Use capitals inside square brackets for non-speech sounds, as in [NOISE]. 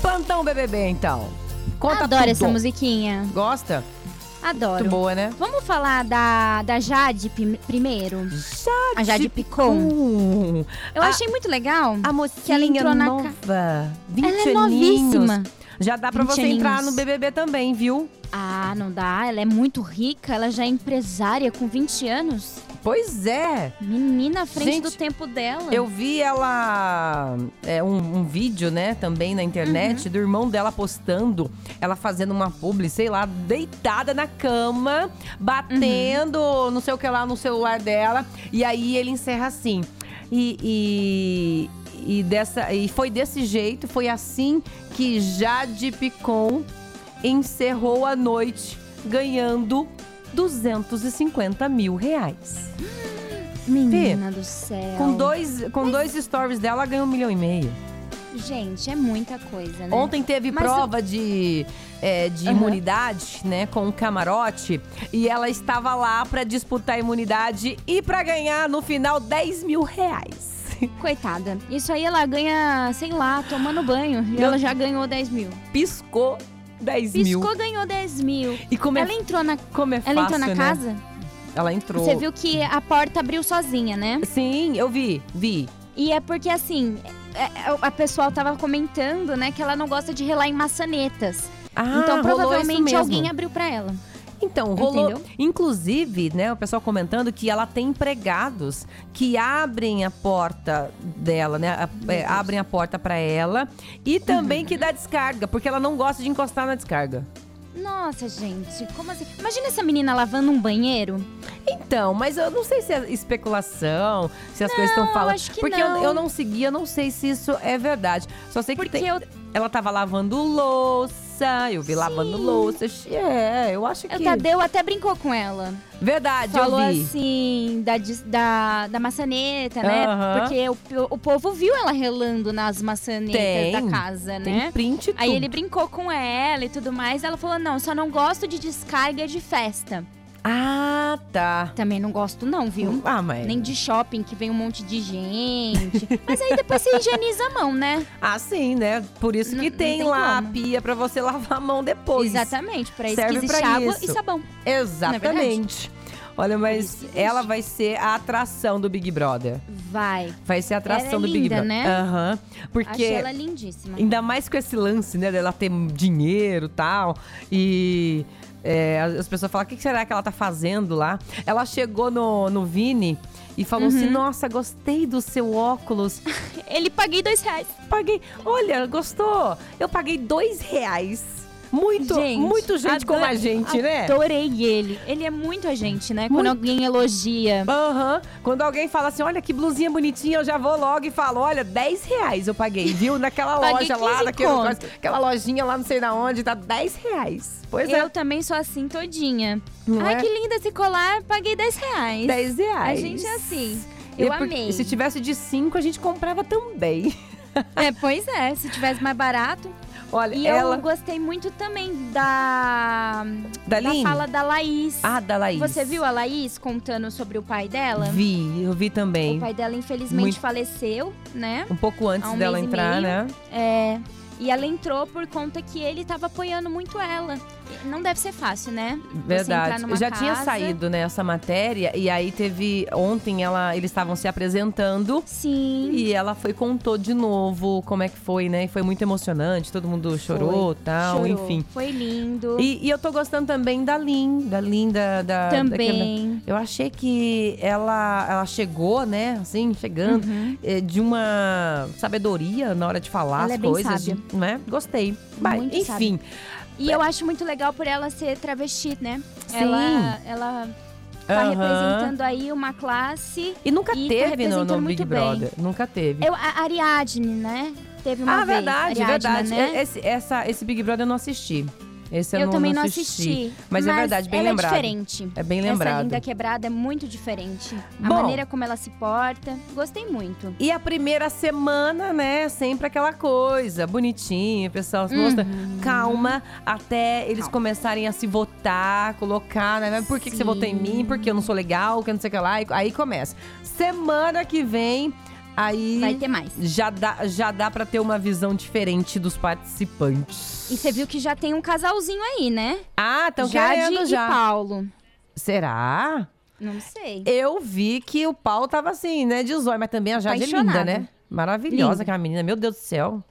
Plantão BBB, então. Conta Adoro tudo. essa musiquinha. Gosta? Muito Adoro. boa, né? Vamos falar da, da Jade prim- primeiro? Jade, A Jade Picon. Picon. Eu A- achei muito legal. A mocinha entrou na nova. 20 Ela é aninhos. novíssima. Já dá pra 20 você entrar aninhos. no BBB também, viu? Ah, não dá. Ela é muito rica. Ela já é empresária com 20 anos. Pois é. Menina à frente Gente, do tempo dela. Eu vi ela. é, um, um vídeo, né, também na internet, do irmão dela postando, ela fazendo uma publi, sei lá, deitada na cama, batendo não sei o que lá no celular dela. E aí ele encerra assim. E. e... e dessa, e foi desse jeito, foi assim que Jade Picon encerrou a noite ganhando 250 mil reais. Menina do céu. Com dois, com dois stories dela, ganhou um milhão e meio. Gente, é muita coisa, né? Ontem teve Mas prova de, é, de Aham. imunidade, né, com um camarote. E ela estava lá pra disputar a imunidade e pra ganhar, no final, 10 mil reais. Coitada. Isso aí ela ganha, sei lá, tomando banho. E Meu- ela já ganhou 10 mil. Piscou 10 mil. Piscou, ganhou 10 mil. E como é, Ela entrou na, como é ela fácil, entrou na né? casa? Ela entrou. Você viu que a porta abriu sozinha, né? Sim, eu vi, vi. E é porque assim, é- é- a pessoal tava comentando, né, que ela não gosta de relar em maçanetas. Ah, então rolou isso provavelmente mesmo. alguém abriu pra ela. Então, rolou. Entendeu? Inclusive, né, o pessoal comentando que ela tem empregados que abrem a porta dela, né? a- é, abrem a porta pra ela e Uhum. também que dá descarga, porque ela não gosta de encostar na descarga. Nossa, gente, como assim? Imagina essa menina lavando um banheiro. Então, mas eu não sei se é especulação, se as coisas estão falando. acho que porque eu- não. Eu, não segui, eu não sei se isso é verdade. Só sei que Porque tem- eu, ela tava lavando louça, eu vi lavando louça. É, eu acho o que. Tadeu até brincou com ela. Verdade, Falou eu vi. assim, da, dis- da, da maçaneta, né? Aham. Porque o, po- o povo viu ela relando nas maçanetas Tem, da casa, tem né? print e Aí tudo. ele brincou com ela e tudo mais. Ela falou: não, só não gosto de descarga de festa. Ah, tá. Também não gosto, não, viu? Ah, mas. Nem de shopping, que vem um monte de gente. [LAUGHS] Mas aí depois você higieniza a mão, né? Ah, sim, né? Por isso Não- que não tem, tem lá como. a pia pra você [LAUGHS] lavar a mão depois. Exatamente, pra isso Serve que existe pra água e isso. sabão. Exatamente. Olha, mas é Por isso que ela existe. vai ser a atração do Big Brother. Vai. Vai ser a atração Ela é do Big linda, Brother. né? Aham. Porque. Achei ela lindíssima. Ainda mais com esse lance, né? Dela ter dinheiro e tal. E é, as as pessoas falam: o que que será que ela tá fazendo lá? Ela chegou no, no Vini e falou Uhum. assim: nossa, gostei do seu óculos. Ele paguei dois reais. Paguei. Olha, gostou? Eu paguei dois reais. Muito, Gente, muito gente como a adoro- gente, né? Adorei ele. Ele é muito a gente, né? Quando Muito. alguém elogia. Aham. Quando alguém fala assim, olha que blusinha bonitinha, eu já vou logo e falo, olha, 10 reais eu paguei, viu? Naquela Paguei loja lá, 15 naquela, conto. aquela lojinha lá não sei na onde, tá 10 reais. Pois eu é, também sou assim todinha. não Ai, é? que linda esse colar, paguei 10 reais. 10 A reais. gente é assim. E Eu por- amei. Se tivesse de 5, a gente comprava também. [LAUGHS] É, pois é, se tivesse mais barato. Olha, E ela. eu gostei muito também da, da da Aline? fala da Laís. Ah, da Laís. Você viu a Laís contando sobre o pai dela? Vi, eu vi O também. pai dela, infelizmente, Muito. faleceu, né? Um pouco antes Há um dela mês e entrar, meio. né? É, e ela entrou por conta que ele tava apoiando muito ela. Não deve ser fácil, né? Você entrar Verdade. numa Já tinha casa. saído né, essa matéria e aí teve ontem ela eles estavam se apresentando Sim. e ela foi contou de novo como é que foi, né? E foi muito emocionante, todo mundo chorou, tal, Chorou. enfim. Foi lindo. E, e eu tô gostando também da Lin, da Linda, da daquela- Também. Eu achei que ela ela chegou, né, assim, chegando Uhum. eh, de uma sabedoria na hora de falar Ela as é bem coisas, de- né? Gostei. Mas, Muito enfim, E eu acho muito legal por ela ser travesti, né? Ela, ela tá Aham. representando aí uma classe. e nunca e tá teve no, no representando Big muito bem. Brother, nunca teve. Eu, a Ariadne, né? Teve uma ah, vez. verdade, Ariadna, verdade. É, Né? Esse, essa, esse Big Brother eu não assisti. Esse eu, eu não, também não não assisti. assisti. Mas é verdade, bem ela lembrado. É diferente. É bem Essa lembrado. linda quebrada é muito diferente. A Bom. maneira como ela se porta. Gostei muito. E a primeira semana, né? Sempre aquela coisa bonitinha, o pessoal se mostra. Calma, até eles Uhum. Calma. começarem a se votar, colocar, né? Por que, que você Sim. votou em mim? Porque eu não sou legal, que não sei o que lá. E Aí começa. Semana que vem. Aí Vai ter mais. já dá, já dá para ter uma visão diferente dos participantes. E você viu que já tem um casalzinho aí, né? Ah, estão Jade querendo e já. Paulo. Será? Não sei. Eu vi que o pau tava assim, né, de zóio, mas também a Jade é linda, Apaixonada. né? Maravilhosa Linda. aquela menina, meu Deus do céu.